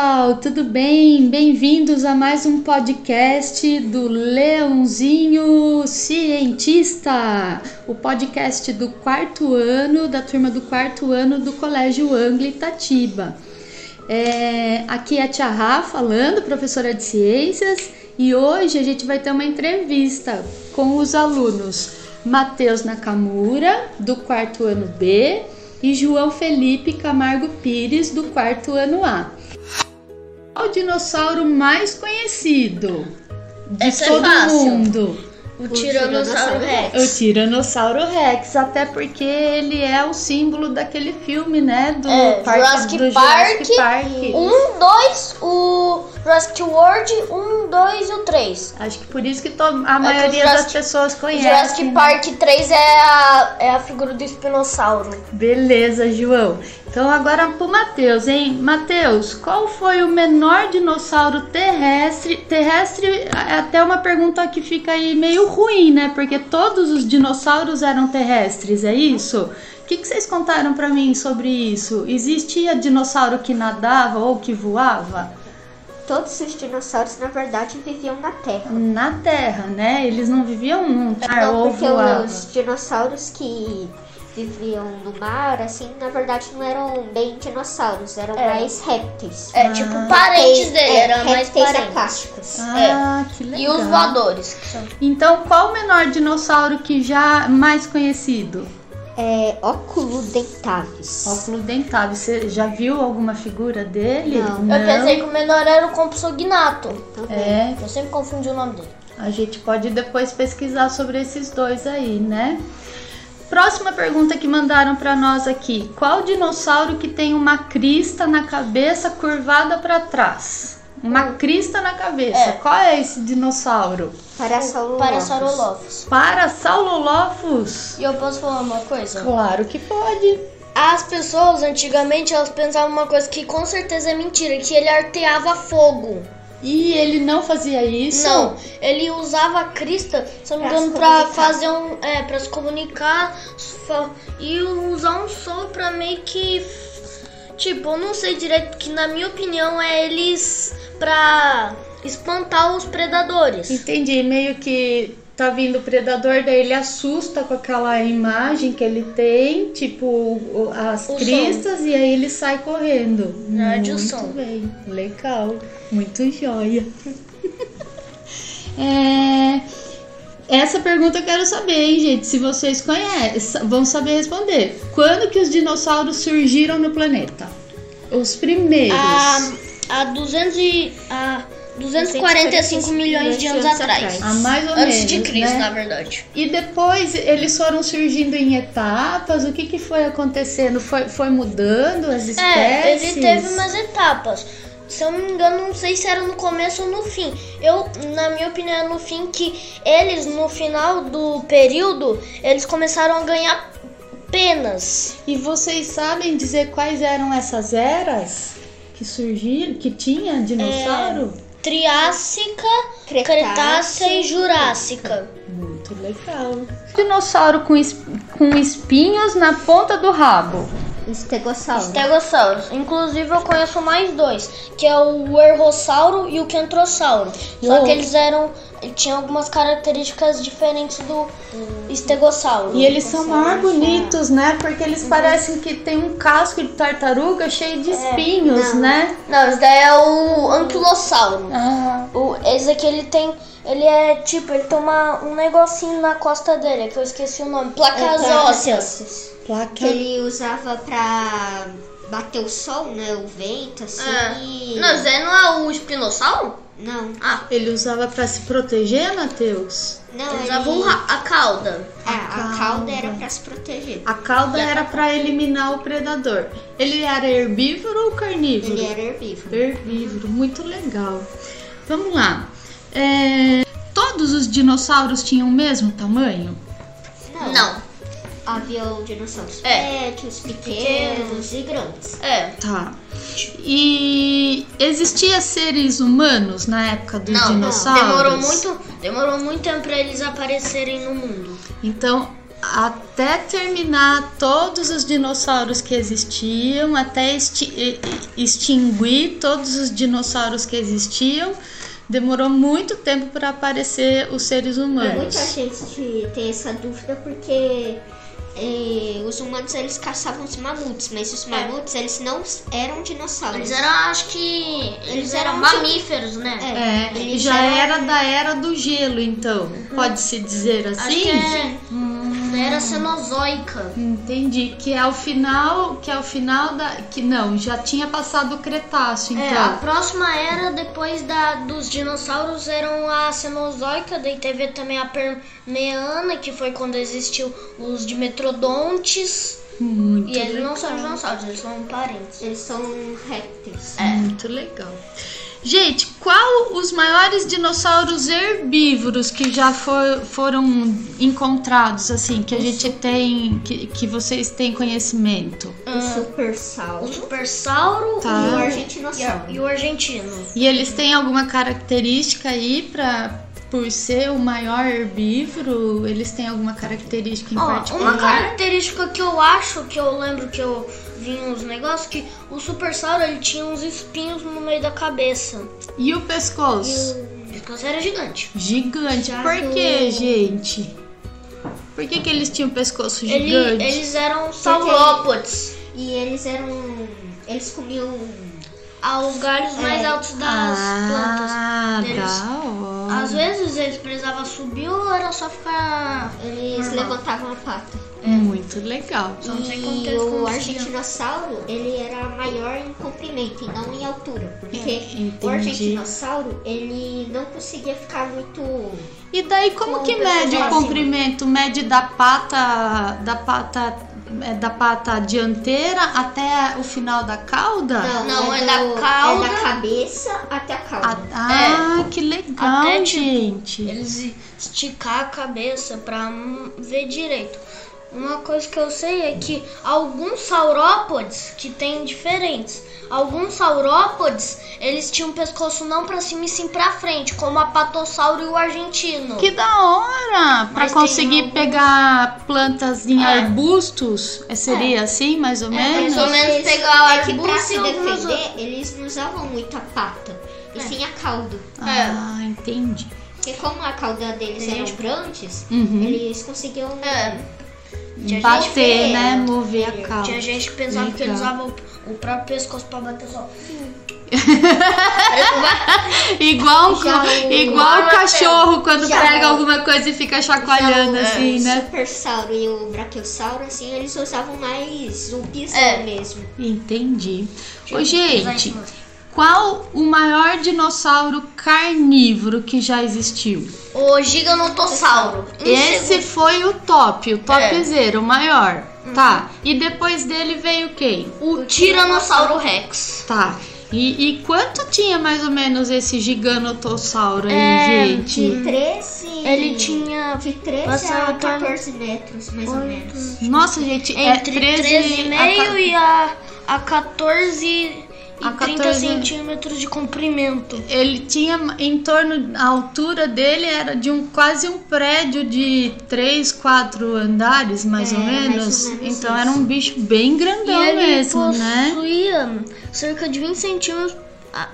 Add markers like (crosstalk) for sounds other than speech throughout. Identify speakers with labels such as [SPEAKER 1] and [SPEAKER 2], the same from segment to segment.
[SPEAKER 1] pessoal, tudo bem? Bem-vindos a mais um podcast do Leãozinho Cientista, o podcast do quarto ano, da turma do quarto ano do Colégio Anglo Itatiba. É, aqui é a Tia Rá falando, professora de ciências, e hoje a gente vai ter uma entrevista com os alunos Matheus Nakamura, do quarto ano B, e João Felipe Camargo Pires, do quarto ano A. Qual o dinossauro mais conhecido de
[SPEAKER 2] Essa é
[SPEAKER 1] todo
[SPEAKER 2] fácil.
[SPEAKER 1] mundo?
[SPEAKER 2] O
[SPEAKER 3] né? é
[SPEAKER 2] Tiranossauro
[SPEAKER 1] O
[SPEAKER 2] Rex.
[SPEAKER 1] Tiranossauro Rex, até porque ele é o símbolo daquele filme, né? Do
[SPEAKER 2] É,
[SPEAKER 1] parque,
[SPEAKER 2] Jurassic
[SPEAKER 1] do Jurassic Park.
[SPEAKER 2] Um, dois, o Jurassic World, um, dois e o três.
[SPEAKER 1] Acho que por isso que to- a maioria das
[SPEAKER 2] é Jurassic-
[SPEAKER 1] pessoas
[SPEAKER 2] O
[SPEAKER 1] conhece.
[SPEAKER 2] Jurassic
[SPEAKER 1] né?
[SPEAKER 2] Park 3 é a, é a figura do espinossauro.
[SPEAKER 1] Beleza, João. Então agora pro Matheus, hein? Matheus, qual foi o menor dinossauro terrestre? Terrestre é até uma pergunta que fica aí meio ruim, né? Porque todos os dinossauros eram terrestres, é isso? O que, que vocês contaram pra mim sobre isso? Existia dinossauro que nadava ou que voava?
[SPEAKER 3] Todos os dinossauros, na verdade, viviam na Terra.
[SPEAKER 1] Na Terra, né? Eles não viviam num
[SPEAKER 2] É
[SPEAKER 1] mar
[SPEAKER 3] não,
[SPEAKER 1] ou
[SPEAKER 3] porque
[SPEAKER 1] voavam.
[SPEAKER 3] os dinossauros que viviam no mar, assim, na verdade não eram bem dinossauros, eram
[SPEAKER 2] É.
[SPEAKER 3] mais répteis.
[SPEAKER 2] É, tipo, parentes dele,
[SPEAKER 3] É,
[SPEAKER 2] eram mais
[SPEAKER 3] répteis
[SPEAKER 2] parentes.
[SPEAKER 3] aquáticos.
[SPEAKER 1] Ah, que
[SPEAKER 3] né?
[SPEAKER 1] legal.
[SPEAKER 2] É. E os
[SPEAKER 3] Então.
[SPEAKER 2] voadores. que são-
[SPEAKER 1] Então, qual o menor dinossauro que já mais conhecido?
[SPEAKER 3] É, óculo dentavis.
[SPEAKER 1] Óculo dentável. Você já viu alguma figura dele?
[SPEAKER 3] Não.
[SPEAKER 2] Eu pensei que o menor era o Compsognato.
[SPEAKER 3] Então,
[SPEAKER 1] É,
[SPEAKER 2] Eu sempre confundi o nome dele.
[SPEAKER 1] a gente pode depois pesquisar sobre esses dois aí, né? Próxima pergunta que mandaram pra nós aqui: Qual dinossauro que tem uma crista na cabeça curvada pra trás? Uma crista na cabeça.
[SPEAKER 2] É.
[SPEAKER 1] Qual é esse dinossauro?
[SPEAKER 3] Parasaurolophus.
[SPEAKER 2] Parasaurolophus.
[SPEAKER 1] Parasaurolophus.
[SPEAKER 2] E eu posso falar uma coisa?
[SPEAKER 1] Claro que pode.
[SPEAKER 2] As pessoas antigamente elas pensavam uma coisa que com certeza é mentira, que ele arteava fogo.
[SPEAKER 1] E ele não fazia isso?
[SPEAKER 2] Não, ele usava a crista, se eu não me
[SPEAKER 3] Pra se
[SPEAKER 2] engano, pra
[SPEAKER 3] comunicar.
[SPEAKER 2] fazer um. É, pra se comunicar fa- e usar um som pra meio que. Tipo, eu não sei direito, que na minha opinião é eles pra espantar os predadores.
[SPEAKER 1] Entendi, meio que tá vindo o predador, daí ele assusta com aquela imagem que ele tem, tipo o- as
[SPEAKER 2] O
[SPEAKER 1] cristas, e aí ele sai correndo.
[SPEAKER 2] Na verdade, o
[SPEAKER 1] Muito
[SPEAKER 2] som.
[SPEAKER 1] bem, legal, muito joia. (laughs) É, Essa pergunta eu quero saber, hein, gente, se vocês conhecem, vão saber responder. Quando que os dinossauros surgiram no planeta? Os primeiros.
[SPEAKER 2] Há a, 200 e, a 245 milhões de anos atrás.
[SPEAKER 1] Há mais ou
[SPEAKER 2] Antes
[SPEAKER 1] menos,
[SPEAKER 2] de Cristo,
[SPEAKER 1] né?
[SPEAKER 2] na verdade.
[SPEAKER 1] E depois eles foram surgindo em etapas. O que, que foi acontecendo? Foi, foi mudando as espécies?
[SPEAKER 2] É, ele teve umas etapas. Se eu não me engano, não sei se era no começo ou no fim. Eu, na minha opinião, é no fim que eles, no final do período, eles começaram a ganhar penas.
[SPEAKER 1] E vocês sabem dizer quais eram essas eras que surgiram, que tinha dinossauro?
[SPEAKER 2] É. Triássica, Cretácea e Jurássica.
[SPEAKER 1] Muito legal. Dinossauro com, es- com espinhos na ponta do rabo.
[SPEAKER 3] Estegossauro.
[SPEAKER 2] Stegossauros. Inclusive, eu conheço mais dois, que é o Errossauro e o Kentrossauro. Só
[SPEAKER 1] Uou.
[SPEAKER 2] que eles eram... Tinham algumas características diferentes do Estegossauro.
[SPEAKER 1] E eles são mais bonitos, né? Porque eles parecem que tem um casco de tartaruga cheio de espinhos,
[SPEAKER 3] não.
[SPEAKER 1] né?
[SPEAKER 2] Não, esse daí é o Anquilossauro.
[SPEAKER 1] Ah,
[SPEAKER 2] O, esse aqui ele tem. Ele é tipo, ele tem uma, um negocinho na costa dele, que eu esqueci o nome. Placas ósseas.
[SPEAKER 3] Que
[SPEAKER 1] placa
[SPEAKER 3] ele usava pra bater o sol, né? O vento, assim. e-
[SPEAKER 2] daí Ah. não é o espinossauro?
[SPEAKER 3] Não,
[SPEAKER 1] Ele usava pra se proteger, Matheus?
[SPEAKER 3] não,
[SPEAKER 2] a cauda.
[SPEAKER 3] É,
[SPEAKER 2] Ah,
[SPEAKER 3] a
[SPEAKER 1] cauda.
[SPEAKER 3] cauda era
[SPEAKER 2] tá.
[SPEAKER 3] pra se proteger.
[SPEAKER 1] A cauda era pra eliminar o predador. Ele era herbívoro ou carnívoro?
[SPEAKER 3] Ele era herbívoro.
[SPEAKER 1] Herbívoro, muito legal. Vamos lá. É, Todos os dinossauros tinham o mesmo tamanho?
[SPEAKER 3] Havia o dinossauros
[SPEAKER 2] É.
[SPEAKER 3] médios, pequenos e grandes.
[SPEAKER 2] é.
[SPEAKER 1] Tá. E existia seres humanos na época dos
[SPEAKER 2] Não,
[SPEAKER 1] dinossauros?
[SPEAKER 2] Demorou muito, demorou muito tempo pra eles aparecerem no mundo.
[SPEAKER 1] Então, até terminar todos os dinossauros que existiam, até exti- e- e- extinguir todos os dinossauros que existiam, demorou muito tempo para aparecer os seres humanos. É,
[SPEAKER 3] Muita gente tem essa dúvida porque eh, os humanos eles caçavam os mamutos, mas os mamutos eles não eram dinossauros.
[SPEAKER 2] É. Eles eram, acho que. Eles,
[SPEAKER 3] Eles
[SPEAKER 2] eram,
[SPEAKER 3] eram
[SPEAKER 2] mamíferos, né?
[SPEAKER 1] tipo- É,
[SPEAKER 3] Eles
[SPEAKER 1] já
[SPEAKER 3] eram-
[SPEAKER 1] era da era do gelo, então. Pode-se dizer
[SPEAKER 2] Acho
[SPEAKER 1] assim?
[SPEAKER 2] que é. Era cenozoica.
[SPEAKER 1] Entendi. Que é o final. Que é o final da. Que não, já tinha passado o Cretáceo,
[SPEAKER 2] É, a
[SPEAKER 1] então.
[SPEAKER 2] próxima era depois da, dos dinossauros eram a Cenozoica, daí teve também a Permeana, que foi quando existiu os dimetrodontes.
[SPEAKER 1] Muito
[SPEAKER 2] E eles
[SPEAKER 1] legal.
[SPEAKER 2] não são dinossauros, eles são parentes. É,
[SPEAKER 3] Eles são répteis.
[SPEAKER 1] Muito legal. Gente, qual os maiores dinossauros herbívoros que já fo- foram encontrados, assim, que a gente tem, que, que vocês têm conhecimento?
[SPEAKER 2] Ah.
[SPEAKER 3] O Um super sal.
[SPEAKER 2] O supersauro
[SPEAKER 1] Tá.
[SPEAKER 2] e, a-
[SPEAKER 3] E o
[SPEAKER 2] Um e
[SPEAKER 3] argentinossauro.
[SPEAKER 2] o argentino.
[SPEAKER 1] E eles têm alguma característica aí pra, por ser o maior herbívoro? Eles têm alguma característica em
[SPEAKER 2] Ó,
[SPEAKER 1] particular?
[SPEAKER 2] uma característica que eu acho, que eu lembro que eu vi uns negócios, que o supersauro ele tinha uns espinhos no meio da cabeça.
[SPEAKER 1] E o pescoço?
[SPEAKER 2] Por isso que ele era gigante.
[SPEAKER 1] Gigante.
[SPEAKER 3] Já
[SPEAKER 1] Por
[SPEAKER 3] do-
[SPEAKER 1] que, gente? Por que, que eles tinham pescoço
[SPEAKER 2] Ele-
[SPEAKER 1] gigante?
[SPEAKER 2] eles eram saurópodes.
[SPEAKER 3] E eles eram. Eles comiam.
[SPEAKER 2] aos galhos mais altos das
[SPEAKER 1] É. ah,
[SPEAKER 2] plantas deles.
[SPEAKER 1] da hora.
[SPEAKER 2] Às vezes eles precisavam subir ou era só ficar.
[SPEAKER 3] Eles
[SPEAKER 2] Normal.
[SPEAKER 3] levantavam a pata.
[SPEAKER 1] Muito legal.
[SPEAKER 2] Só não sei como que
[SPEAKER 3] E
[SPEAKER 2] eles
[SPEAKER 3] o
[SPEAKER 2] conseguiam.
[SPEAKER 3] argentinossauro, ele era maior em comprimento e não em altura. Porque
[SPEAKER 1] Entendi.
[SPEAKER 3] o argentinossauro, ele não conseguia ficar muito.
[SPEAKER 1] E daí como
[SPEAKER 3] Com
[SPEAKER 1] que
[SPEAKER 3] o pescoço
[SPEAKER 1] mede o
[SPEAKER 3] acima.
[SPEAKER 1] comprimento? Mede da pata da pata é, da pata dianteira até o final da cauda?
[SPEAKER 2] Não, é da
[SPEAKER 3] do-
[SPEAKER 2] cauda.
[SPEAKER 3] É da cabeça até a cauda.
[SPEAKER 1] A- ah, que legal,
[SPEAKER 2] É. Até, tipo,
[SPEAKER 1] gente.
[SPEAKER 2] Eles esticar a cabeça pra hum, ver direito. Uma coisa que eu sei é que alguns saurópodes que tem diferentes. Alguns saurópodes, eles tinham o pescoço não pra cima e sim pra frente, como a patossauro e o argentino.
[SPEAKER 1] Que da hora! Pra
[SPEAKER 2] Mas tem
[SPEAKER 1] conseguir
[SPEAKER 2] algum-
[SPEAKER 1] pegar plantas em
[SPEAKER 2] É.
[SPEAKER 1] arbustos, é, seria assim, mais ou menos?
[SPEAKER 2] mais ou menos pegar o
[SPEAKER 3] é que pra
[SPEAKER 2] arbusto
[SPEAKER 3] se
[SPEAKER 2] e algumas
[SPEAKER 3] defender, eles não usavam muito a pata. E
[SPEAKER 2] É.
[SPEAKER 3] sim a cauda.
[SPEAKER 1] Ah, entendi.
[SPEAKER 3] Porque como a cauda deles
[SPEAKER 2] Gente.
[SPEAKER 3] eram grandes,
[SPEAKER 1] Uhum.
[SPEAKER 3] eles conseguiam
[SPEAKER 2] É. Tinha gente
[SPEAKER 1] Bater,
[SPEAKER 2] feia.
[SPEAKER 1] né? Mover a cauda.
[SPEAKER 2] Tinha gente que pensava que ele
[SPEAKER 1] Legal.
[SPEAKER 2] usava o, o próprio pescoço pra bater só.
[SPEAKER 1] Igual, um
[SPEAKER 3] Já
[SPEAKER 1] ca-
[SPEAKER 3] o-
[SPEAKER 1] igual o
[SPEAKER 2] Marcelo.
[SPEAKER 1] cachorro quando
[SPEAKER 3] Já
[SPEAKER 1] pega
[SPEAKER 3] o-
[SPEAKER 1] alguma coisa e fica chacoalhando
[SPEAKER 2] Já o-
[SPEAKER 1] assim,
[SPEAKER 3] o
[SPEAKER 1] né?
[SPEAKER 3] supersauro e o brachiosauro, assim, eles usavam mais o pisão
[SPEAKER 2] É.
[SPEAKER 3] mesmo.
[SPEAKER 1] Entendi. Ô,
[SPEAKER 2] Gente,
[SPEAKER 1] gente, qual o maior dinossauro carnívoro que já existiu?
[SPEAKER 2] O giganotossauro. Um
[SPEAKER 1] Esse é foi o top, o top
[SPEAKER 2] É.
[SPEAKER 1] zero, o maior. Tá. E depois dele veio quem?
[SPEAKER 2] segundo, O Um tiranossauro rex.
[SPEAKER 1] Tá. E, e quanto tinha mais ou menos esse giganotossauro aí, gente?
[SPEAKER 3] De 13.
[SPEAKER 2] Uhum. Ele tinha
[SPEAKER 3] De 13
[SPEAKER 2] Passava
[SPEAKER 3] a 14 metros, mais ou menos.
[SPEAKER 1] Nossa, gente,
[SPEAKER 2] entre
[SPEAKER 1] é 13,
[SPEAKER 2] 13,5
[SPEAKER 1] a ca-
[SPEAKER 2] e a, a 14 e
[SPEAKER 1] A
[SPEAKER 2] 30
[SPEAKER 1] 14.
[SPEAKER 2] centímetros de comprimento.
[SPEAKER 1] Ele tinha em torno, a altura dele era de um quase um prédio de três, quatro andares, mais,
[SPEAKER 3] É,
[SPEAKER 1] ou,
[SPEAKER 3] mais ou
[SPEAKER 1] menos.
[SPEAKER 3] menos
[SPEAKER 1] Então
[SPEAKER 3] isso.
[SPEAKER 1] era um bicho bem grandão
[SPEAKER 2] e ele
[SPEAKER 1] mesmo, né?
[SPEAKER 2] possuía cerca de 20 centímetros ah,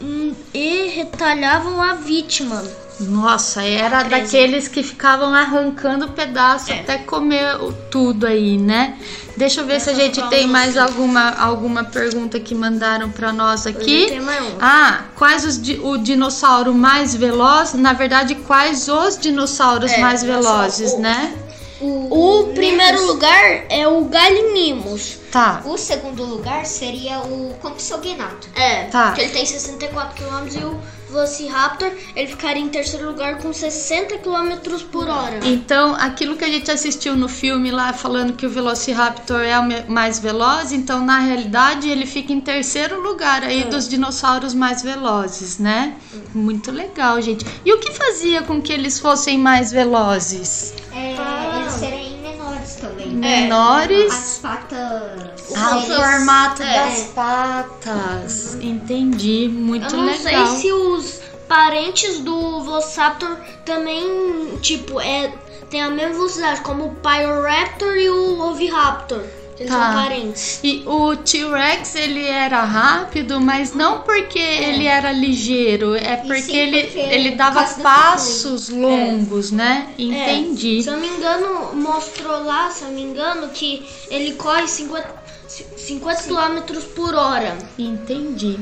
[SPEAKER 2] hum, e retalhavam a vítima.
[SPEAKER 1] Nossa, era
[SPEAKER 2] Treze.
[SPEAKER 1] daqueles que ficavam arrancando pedaço
[SPEAKER 2] É.
[SPEAKER 1] até comer o- tudo aí, né? Deixa eu ver se a gente
[SPEAKER 2] só
[SPEAKER 1] tem
[SPEAKER 2] um
[SPEAKER 1] mais alguma, alguma pergunta que mandaram pra nós aqui.
[SPEAKER 2] Ele tem mais um.
[SPEAKER 1] Ah, quais os di- o dinossauro mais veloz? Na verdade, quais os dinossauros
[SPEAKER 2] É,
[SPEAKER 1] mais
[SPEAKER 2] só
[SPEAKER 1] velozes,
[SPEAKER 2] o-
[SPEAKER 1] né?
[SPEAKER 2] O primeiro lugar é o Galimimos.
[SPEAKER 1] Tá.
[SPEAKER 3] O segundo lugar seria o Compsognathus.
[SPEAKER 2] É,
[SPEAKER 1] Tá.
[SPEAKER 2] porque ele tem 64 km e o Velociraptor ele ficaria em terceiro lugar com 60 km por hora.
[SPEAKER 1] Então, aquilo que a gente assistiu no filme lá, falando que o Velociraptor é o me- mais veloz, então na realidade ele fica em terceiro lugar aí dos dinossauros mais velozes, né? Muito legal, gente. E o que fazia com que eles fossem mais velozes?
[SPEAKER 3] É,
[SPEAKER 2] Ah.
[SPEAKER 3] Eles serem menores também.
[SPEAKER 1] Menores?
[SPEAKER 3] As patas.
[SPEAKER 1] É. Ah, o
[SPEAKER 3] eles-
[SPEAKER 1] formato
[SPEAKER 2] é.
[SPEAKER 1] das patas. Entendi.
[SPEAKER 2] Eu
[SPEAKER 1] Muito
[SPEAKER 2] não
[SPEAKER 1] legal.
[SPEAKER 2] sei se os parentes do Velociraptor também, tipo, é têm a mesma velocidade, como o Pyroraptor e o Oviraptor. Eles
[SPEAKER 1] Tá.
[SPEAKER 2] são parentes.
[SPEAKER 1] E o T-Rex ele era rápido, mas não porque ele era ligeiro, é
[SPEAKER 3] É. sim,
[SPEAKER 1] porque, ele,
[SPEAKER 3] porque é
[SPEAKER 1] ele
[SPEAKER 3] por
[SPEAKER 1] dava
[SPEAKER 3] causa do
[SPEAKER 1] passos longos, né?
[SPEAKER 2] É,
[SPEAKER 1] Entendi.
[SPEAKER 2] se eu não me engano, mostrou lá, se eu não me engano, que ele corre 50, 50 km por hora.
[SPEAKER 1] Entendi.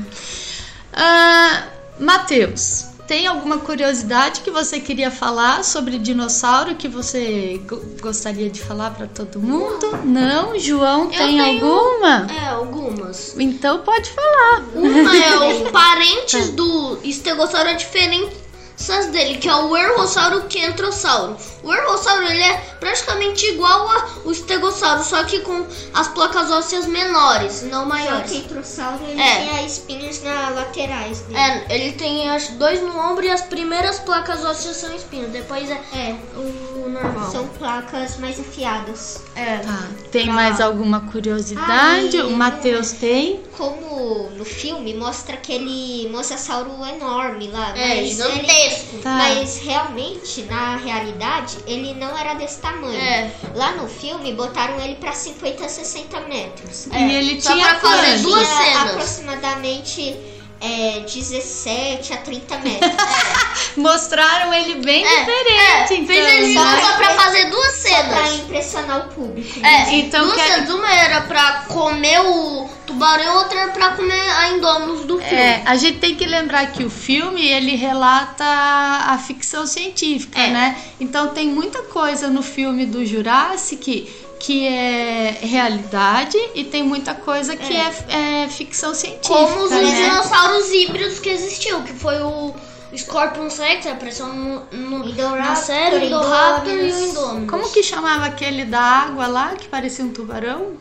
[SPEAKER 1] Ah, Matheus, tem alguma curiosidade que você queria falar sobre dinossauro que você go- gostaria de falar para todo mundo? Não, João, tem
[SPEAKER 2] tenho-
[SPEAKER 1] alguma?
[SPEAKER 2] É,
[SPEAKER 3] um.
[SPEAKER 2] algumas.
[SPEAKER 1] Então pode falar.
[SPEAKER 2] Uma é os parentes do estegossauro, a diferenças dele, que é o ergossauro quentrossauro. O ergossauro, ele é praticamente igual ao estegossauro, só que com as placas ósseas menores, não
[SPEAKER 3] Só
[SPEAKER 2] maiores.
[SPEAKER 3] que o Trossauro ele
[SPEAKER 2] É.
[SPEAKER 3] tem as espinhas nas laterais né? dele.
[SPEAKER 2] É, ele tem as dois no ombro e as primeiras placas ósseas são espinhos, depois é
[SPEAKER 3] É,
[SPEAKER 2] o normal.
[SPEAKER 3] são placas mais afiadas.
[SPEAKER 2] É.
[SPEAKER 1] Tá. Tem mais alguma curiosidade?
[SPEAKER 3] Ai,
[SPEAKER 1] o Matheus tem?
[SPEAKER 3] Como no filme mostra aquele mosasauro enorme lá,
[SPEAKER 2] É,
[SPEAKER 3] mas, ele-
[SPEAKER 2] gigantesco.
[SPEAKER 1] Tá.
[SPEAKER 3] mas realmente, na realidade, ele não era desse tamanho.
[SPEAKER 2] É.
[SPEAKER 3] Lá no filme botaram ele pra 50, 60 metros.
[SPEAKER 1] E ele
[SPEAKER 2] só
[SPEAKER 1] tinha
[SPEAKER 2] pra fazer
[SPEAKER 1] quanto?
[SPEAKER 2] duas
[SPEAKER 3] Tinha
[SPEAKER 2] cenas.
[SPEAKER 3] aproximadamente é, 17 a 30
[SPEAKER 1] (laughs)
[SPEAKER 3] metros.
[SPEAKER 1] Mostraram ele bem
[SPEAKER 2] É,
[SPEAKER 1] diferente, então.
[SPEAKER 2] Fez ele
[SPEAKER 1] né?
[SPEAKER 2] só pra fazer duas
[SPEAKER 3] pra
[SPEAKER 2] cenas.
[SPEAKER 3] impressionar o público.
[SPEAKER 2] É,
[SPEAKER 1] Então
[SPEAKER 2] duas
[SPEAKER 1] quer-
[SPEAKER 2] cenas. Uma era pra comer o tubarão e outra era pra comer a Indominus do filme.
[SPEAKER 1] É, a gente tem que lembrar que o filme ele relata a ficção científica,
[SPEAKER 2] É.
[SPEAKER 1] né? Então tem muita coisa no filme do Jurassic que é realidade e tem muita coisa que é, é ficção científica.
[SPEAKER 2] Como os
[SPEAKER 1] né?
[SPEAKER 2] dinossauros híbridos que existiu, que foi o Scorpion Rex, apareceu no, no, na
[SPEAKER 3] Indoraptor,
[SPEAKER 2] série, o Indoraptor e o
[SPEAKER 3] Indominus.
[SPEAKER 2] Indominus.
[SPEAKER 1] Como que chamava aquele da água lá que parecia um tubarão?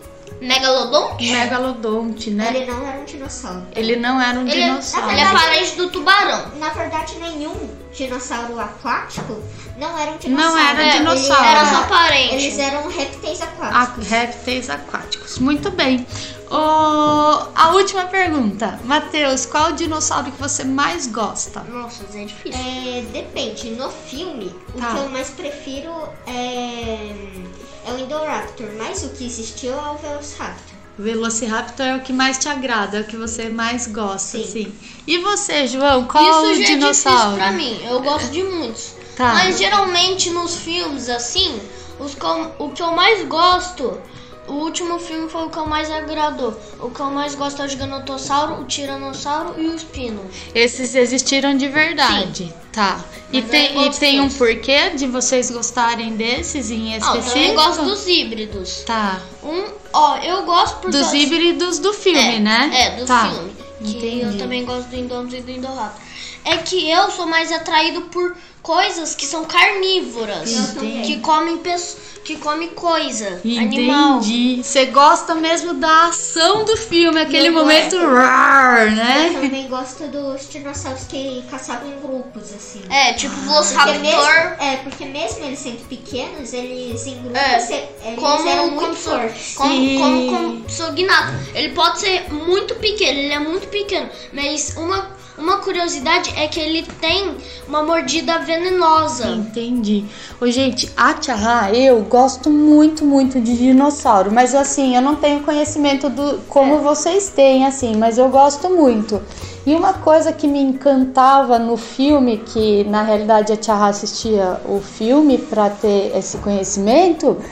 [SPEAKER 1] Um
[SPEAKER 2] Megalodon?
[SPEAKER 1] Megalodonte, né? Ele,
[SPEAKER 3] Ele não era um dinossauro.
[SPEAKER 1] não era um
[SPEAKER 2] Ele,
[SPEAKER 1] dinossauro.
[SPEAKER 2] ele é parente do tubarão.
[SPEAKER 3] Na verdade, nenhum dinossauro aquático não era um dinossauro.
[SPEAKER 1] Não era
[SPEAKER 2] É,
[SPEAKER 1] dinossauro.
[SPEAKER 2] Era só parente.
[SPEAKER 3] Ah, Eles eram répteis
[SPEAKER 1] A-
[SPEAKER 3] aquáticos.
[SPEAKER 1] Répteis aquáticos. Muito bem. Ô, a última pergunta. Matheus, qual o dinossauro que você mais gosta?
[SPEAKER 2] Nossa, isso é difícil.
[SPEAKER 3] É, depende. No filme, o
[SPEAKER 1] Tá.
[SPEAKER 3] que eu mais prefiro é, é o Indoraptor, mas o que existiu é o Velociraptor.
[SPEAKER 1] Velociraptor é o que mais te agrada, é o que você mais gosta,
[SPEAKER 3] Sim.
[SPEAKER 1] assim. E você, João, qual
[SPEAKER 2] isso
[SPEAKER 1] o
[SPEAKER 2] já
[SPEAKER 1] dinossauro?
[SPEAKER 2] é difícil pra mim. Eu gosto de muitos.
[SPEAKER 1] Tá.
[SPEAKER 2] Mas geralmente nos filmes, assim, os que eu- o que eu mais gosto. O último filme foi o que eu mais agradou. O que eu mais gosto é o Gigantossauro, o Tiranossauro e o Espino.
[SPEAKER 1] Esses existiram de verdade. Tá. E
[SPEAKER 2] Mas eu
[SPEAKER 1] tem, e
[SPEAKER 2] gosto
[SPEAKER 1] tem um
[SPEAKER 2] deles.
[SPEAKER 1] porquê de vocês gostarem desses em
[SPEAKER 2] Ah, eu
[SPEAKER 1] específico?
[SPEAKER 2] também gosto dos híbridos.
[SPEAKER 1] Tá.
[SPEAKER 2] Um, ó, eu gosto porque.
[SPEAKER 1] Dos
[SPEAKER 2] eu-
[SPEAKER 1] híbridos do filme,
[SPEAKER 2] é,
[SPEAKER 1] né?
[SPEAKER 2] É, do
[SPEAKER 1] tá.
[SPEAKER 2] filme. Que
[SPEAKER 1] Entendi.
[SPEAKER 2] eu também gosto do Indominus e do Indoraptor. É que eu sou mais atraído por coisas que são carnívoras.
[SPEAKER 1] Eu também.
[SPEAKER 2] Que comem pesso- que come coisa, animal.
[SPEAKER 1] Entendi. Você gosta mesmo da ação do filme, aquele
[SPEAKER 2] Não
[SPEAKER 1] momento rar,
[SPEAKER 3] Eu
[SPEAKER 1] né?
[SPEAKER 3] também gosto dos dinossauros que caçavam em grupos, assim.
[SPEAKER 2] É, tipo
[SPEAKER 1] Ah,
[SPEAKER 3] Porque
[SPEAKER 2] Velociraptor.
[SPEAKER 3] mesmo, é, porque mesmo eles sendo pequenos, eles em grupos,
[SPEAKER 2] É,
[SPEAKER 3] e- eles eram
[SPEAKER 2] Como
[SPEAKER 3] muito
[SPEAKER 2] como so-
[SPEAKER 3] fortes.
[SPEAKER 1] Sim.
[SPEAKER 2] como como como sognato. Ele pode ser muito pequeno, ele é muito pequeno, mas uma uma curiosidade é que ele tem uma mordida venenosa.
[SPEAKER 1] Entendi. Ô, gente, a Tiara, eu gosto muito, muito de dinossauro. Mas assim, eu não tenho conhecimento do como vocês têm, assim, mas eu gosto muito. E uma coisa que me encantava no filme, que na realidade a Tiara assistia o filme para ter esse conhecimento,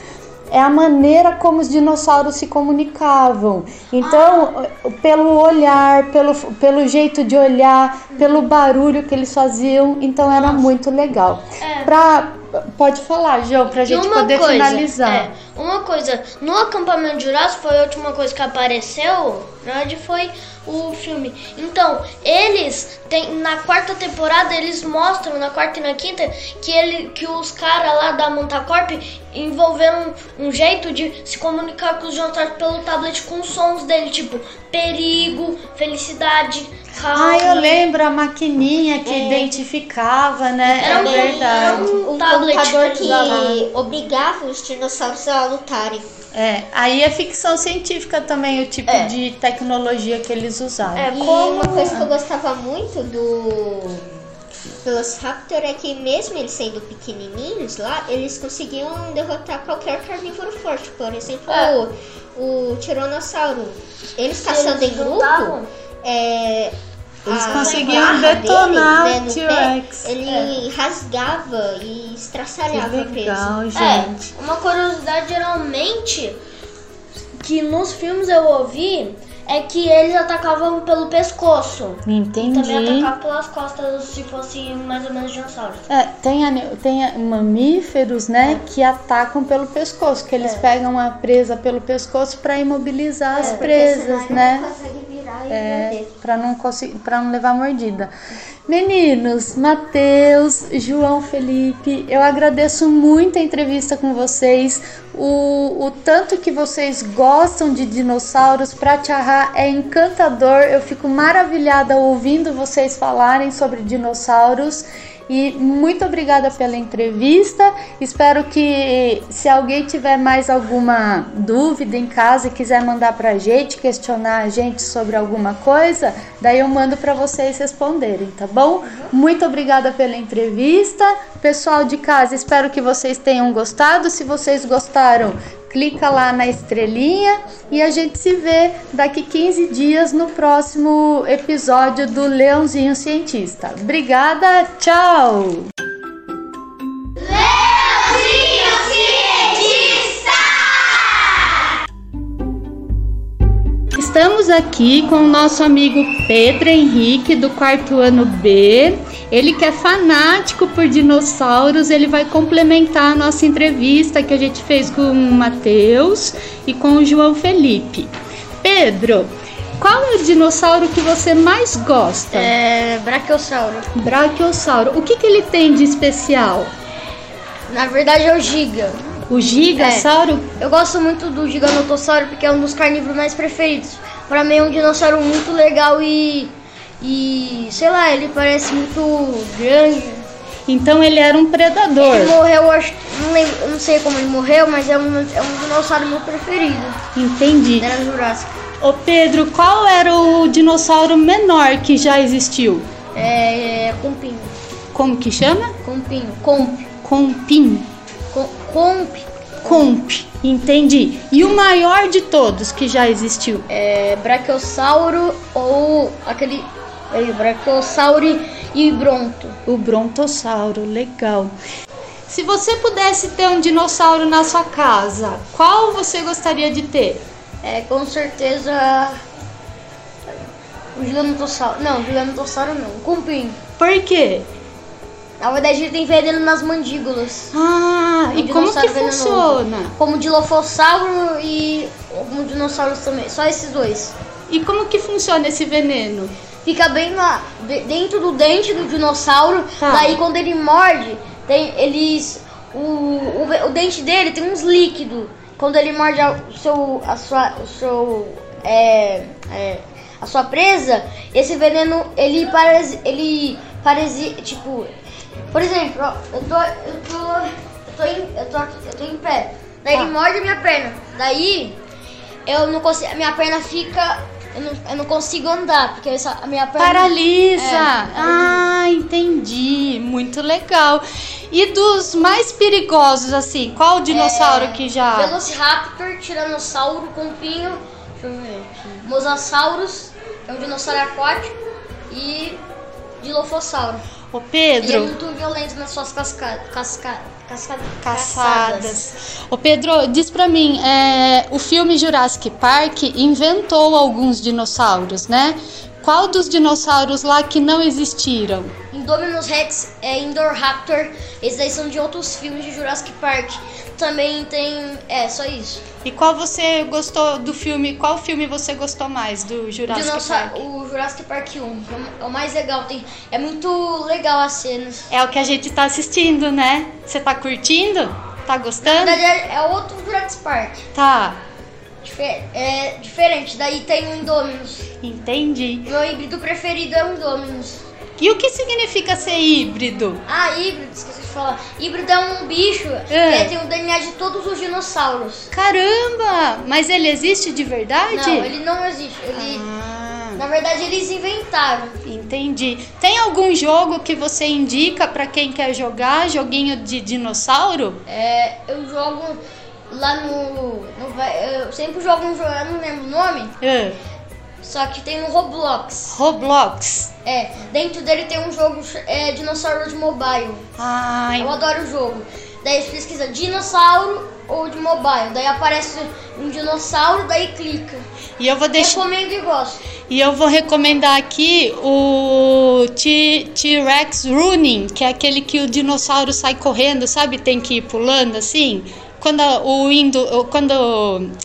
[SPEAKER 1] é a maneira como os dinossauros se comunicavam. Então, pelo olhar, pelo, pelo jeelo de olhar, pelo barulho que eles faziam, então era muito legal.
[SPEAKER 2] É.
[SPEAKER 1] Pra, pode falar, João, pra
[SPEAKER 2] E
[SPEAKER 1] gente poder finalizar.
[SPEAKER 2] é, uma coisa, no acampamento Jurássico foi a última coisa que apareceu, na verdade foi o filme. Então, eles têm na quarta temporada eles mostram na quarta e na quinta que ele que os caras lá da Montacorp envolveram um jeito de se comunicar com os dinossauros pelo tablet com os sons dele, tipo perigo, felicidade, calma.
[SPEAKER 1] Ah, eu lembro a maquininha que identificava, né?
[SPEAKER 2] É. Era
[SPEAKER 1] é
[SPEAKER 2] um-
[SPEAKER 1] verdade.
[SPEAKER 2] era
[SPEAKER 3] Um
[SPEAKER 2] Tablet
[SPEAKER 3] computador
[SPEAKER 2] que
[SPEAKER 3] que
[SPEAKER 1] usava.
[SPEAKER 3] obrigava os dinossauros a lutarem.
[SPEAKER 1] É, aí é ficção científica também, o tipo
[SPEAKER 2] É.
[SPEAKER 1] de tecnologia que eles usavam.
[SPEAKER 2] É,
[SPEAKER 3] E
[SPEAKER 2] como
[SPEAKER 3] uma coisa que eu gostava muito do Velociraptor é que mesmo eles sendo pequenininhos lá, eles conseguiam derrotar qualquer carnívoro forte. Por exemplo,
[SPEAKER 2] É.
[SPEAKER 3] o, o Tiranossauro. Eles caçando
[SPEAKER 2] Caçando
[SPEAKER 3] em grupo, é,
[SPEAKER 4] Eles
[SPEAKER 3] a
[SPEAKER 4] conseguiam
[SPEAKER 3] garra
[SPEAKER 4] detonar
[SPEAKER 3] dele, né,
[SPEAKER 4] o
[SPEAKER 3] no
[SPEAKER 4] T-Rex. É.
[SPEAKER 3] pé, Ele rasgava e estraçalhava
[SPEAKER 4] Que
[SPEAKER 3] a presa.
[SPEAKER 4] legal, gente.
[SPEAKER 2] É, uma curiosidade geralmente que nos filmes eu ouvi é que eles atacavam pelo pescoço.
[SPEAKER 4] Entendi.
[SPEAKER 2] Também atacavam pelas costas se fosse mais ou menos dinossauros.
[SPEAKER 1] É, tem, ani- tem a- mamíferos,
[SPEAKER 2] É.
[SPEAKER 1] né, que atacam pelo pescoço, que eles pegam a presa pelo pescoço para imobilizar
[SPEAKER 2] É,
[SPEAKER 1] as presas, né? É, para não conseguir, para não levar mordida. Meninos, Matheus, João Felipe, eu agradeço muito a entrevista com vocês. O, o tanto que vocês gostam de dinossauros para Tiará é encantador. Eu fico maravilhada ouvindo vocês falarem sobre dinossauros. E muito obrigada pela entrevista. Espero que se alguém tiver mais alguma dúvida em casa e quiser mandar pra gente, questionar a gente sobre alguma coisa, daí eu mando pra vocês responderem, tá bom? Muito obrigada pela entrevista. Pessoal de casa, espero que vocês tenham gostado. Se vocês gostaram, clica lá na estrelinha e a gente se vê daqui 15 dias no próximo episódio do Leãozinho Cientista. Obrigada, tchau! Estamos aqui com o nosso amigo Pedro Henrique, do quarto ano B. Ele que é fanático por dinossauros, ele vai complementar a nossa entrevista que a gente fez com o Matheus e com o João Felipe. Pedro, qual é o dinossauro que você mais gosta?
[SPEAKER 2] É, brachiosauro.
[SPEAKER 1] Brachiosauro. O que, que ele tem de especial?
[SPEAKER 2] Na verdade é o giga.
[SPEAKER 1] O gigassauro?
[SPEAKER 2] Eu gosto muito do giganotossauro porque é um dos carnívoros mais preferidos. Pra mim é um dinossauro muito legal e e sei lá, ele parece muito grande.
[SPEAKER 1] Então ele era um predador.
[SPEAKER 2] Ele morreu, acho, não, lembro, eu não sei como ele morreu, mas é um, é um dinossauro meu preferido.
[SPEAKER 1] Entendi.
[SPEAKER 2] Era Jurássico.
[SPEAKER 1] Ô Pedro, qual era o dinossauro menor que já existiu?
[SPEAKER 2] É, é Compinho.
[SPEAKER 1] Como que chama?
[SPEAKER 2] Compinho. Comp.
[SPEAKER 1] Compim.
[SPEAKER 2] Com- um Comp.
[SPEAKER 1] Comp. Entendi. E o maior de todos que já existiu?
[SPEAKER 2] É Brachiosauro ou aquele. É, Brachiosauro e Bronto.
[SPEAKER 1] O brontossauro. Legal. Se você pudesse ter um dinossauro na sua casa, qual você gostaria de ter?
[SPEAKER 2] É com certeza. O Giganotossauro. Não, o Giganotossauro não. O Compinho.
[SPEAKER 1] Por quê?
[SPEAKER 2] Na verdade ele tem veneno nas mandíbulas.
[SPEAKER 1] Ah,
[SPEAKER 2] É um
[SPEAKER 1] e como que
[SPEAKER 2] dinossauro venenoso.
[SPEAKER 1] funciona?
[SPEAKER 2] Como o Dilofossauro e alguns dinossauros também. Só esses dois.
[SPEAKER 1] E como que funciona esse veneno?
[SPEAKER 2] fica bem na, de- dentro do dente do dinossauro.
[SPEAKER 1] Tá.
[SPEAKER 2] Daí quando ele morde, tem eles o, o, ve- o dente dele tem uns líquidos. Quando ele morde a- o seu a sua o seu é, é, a sua presa, esse veneno ele parece ele parece tipo por exemplo, ó, eu tô eu tô eu tô em, eu tô, aqui, eu tô em pé. Daí ele morde a minha perna. Daí eu não consigo. A minha perna fica. Eu não, eu não consigo andar, porque essa- a minha perna.
[SPEAKER 1] Paralisa!
[SPEAKER 2] É,
[SPEAKER 1] ah, entendi. Muito legal. E dos mais perigosos, assim, qual o dinossauro
[SPEAKER 2] É,
[SPEAKER 1] que já.
[SPEAKER 2] Velociraptor, Tiranossauro, Compinho. Deixa eu ver aqui. Mosasaurus, é um dinossauro aquático. E. Dilofossauro.
[SPEAKER 1] Ô,
[SPEAKER 2] Ele é
[SPEAKER 1] Pedro.
[SPEAKER 2] muito violento nas suas casca, casca, casca, caçadas.
[SPEAKER 1] Caçadas. Ô Pedro, diz pra mim, é, o filme Jurassic Park inventou alguns dinossauros, né? Qual dos dinossauros lá que não existiram?
[SPEAKER 2] Indominus Rex é Indoor Raptor. Esses daí são de outros filmes de Jurassic Park. Também tem. É, só isso.
[SPEAKER 1] E qual você gostou do filme? Qual filme você gostou mais do Jurassic
[SPEAKER 2] Dinossau-
[SPEAKER 1] Park?
[SPEAKER 2] O Jurassic Park 1 é o mais legal, tem, é muito legal as cenas.
[SPEAKER 1] É o que a gente tá assistindo, né? Você tá curtindo? Tá
[SPEAKER 2] Na
[SPEAKER 1] gostando?
[SPEAKER 2] verdade, é é outro Jurassic Park,
[SPEAKER 1] Tá.
[SPEAKER 2] dife- é diferente. Daí tem o Indominus.
[SPEAKER 1] Entendi.
[SPEAKER 2] Meu híbrido preferido é o Indominus.
[SPEAKER 1] E o que significa ser híbrido?
[SPEAKER 2] Ah, híbrido, esqueci de falar. Híbrido é um bicho
[SPEAKER 1] É.
[SPEAKER 2] que tem o DNA de todos os dinossauros.
[SPEAKER 1] Caramba! Mas ele existe de verdade?
[SPEAKER 2] é Não, ele não existe. Ele
[SPEAKER 1] Ah,
[SPEAKER 2] Na verdade, eles inventaram.
[SPEAKER 1] Entendi. Tem algum jogo que você indica pra quem quer jogar? Joguinho de dinossauro?
[SPEAKER 2] É, eu jogo lá no, no vai- Eu sempre jogo um jogo, eu não lembro o nome,
[SPEAKER 1] Hã?
[SPEAKER 2] só que tem um Roblox.
[SPEAKER 1] Ah, Roblox.
[SPEAKER 2] É, dentro dele tem um jogo é, Dinossauro de Mobile.
[SPEAKER 1] Ai,
[SPEAKER 2] Eu adoro o jogo. Daí você pesquisa dinossauro ou de mobile. Daí aparece um dinossauro, daí clica.
[SPEAKER 1] e eu vou deixar.
[SPEAKER 2] Recomendo e gosto.
[SPEAKER 1] E eu vou recomendar aqui o T- T-Rex Running, que é aquele que o dinossauro sai correndo, sabe? Tem que ir pulando assim. Quando a, o Windows, quando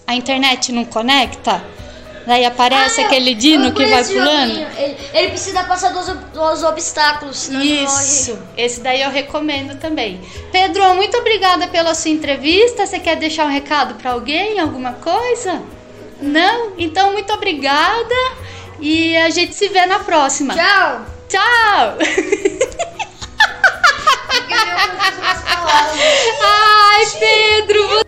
[SPEAKER 1] a internet não conecta, daí aparece
[SPEAKER 2] Ah,
[SPEAKER 1] aquele
[SPEAKER 2] eu-
[SPEAKER 1] dino
[SPEAKER 2] eu
[SPEAKER 1] que vai
[SPEAKER 2] conheço esse
[SPEAKER 1] pulando.
[SPEAKER 2] joguinho. Ele, ele precisa passar dos, dos obstáculos. senão ele
[SPEAKER 1] Isso, esse daí eu recomendo também. Pedro, muito obrigada pela sua entrevista. Você quer deixar um recado para alguém, alguma coisa? Não? Então, muito obrigada e a gente se vê na próxima.
[SPEAKER 2] morre. Tchau.
[SPEAKER 1] Tchau! (laughs)
[SPEAKER 2] é Porque eu não consigo mais falar.
[SPEAKER 1] Ai, Pedro,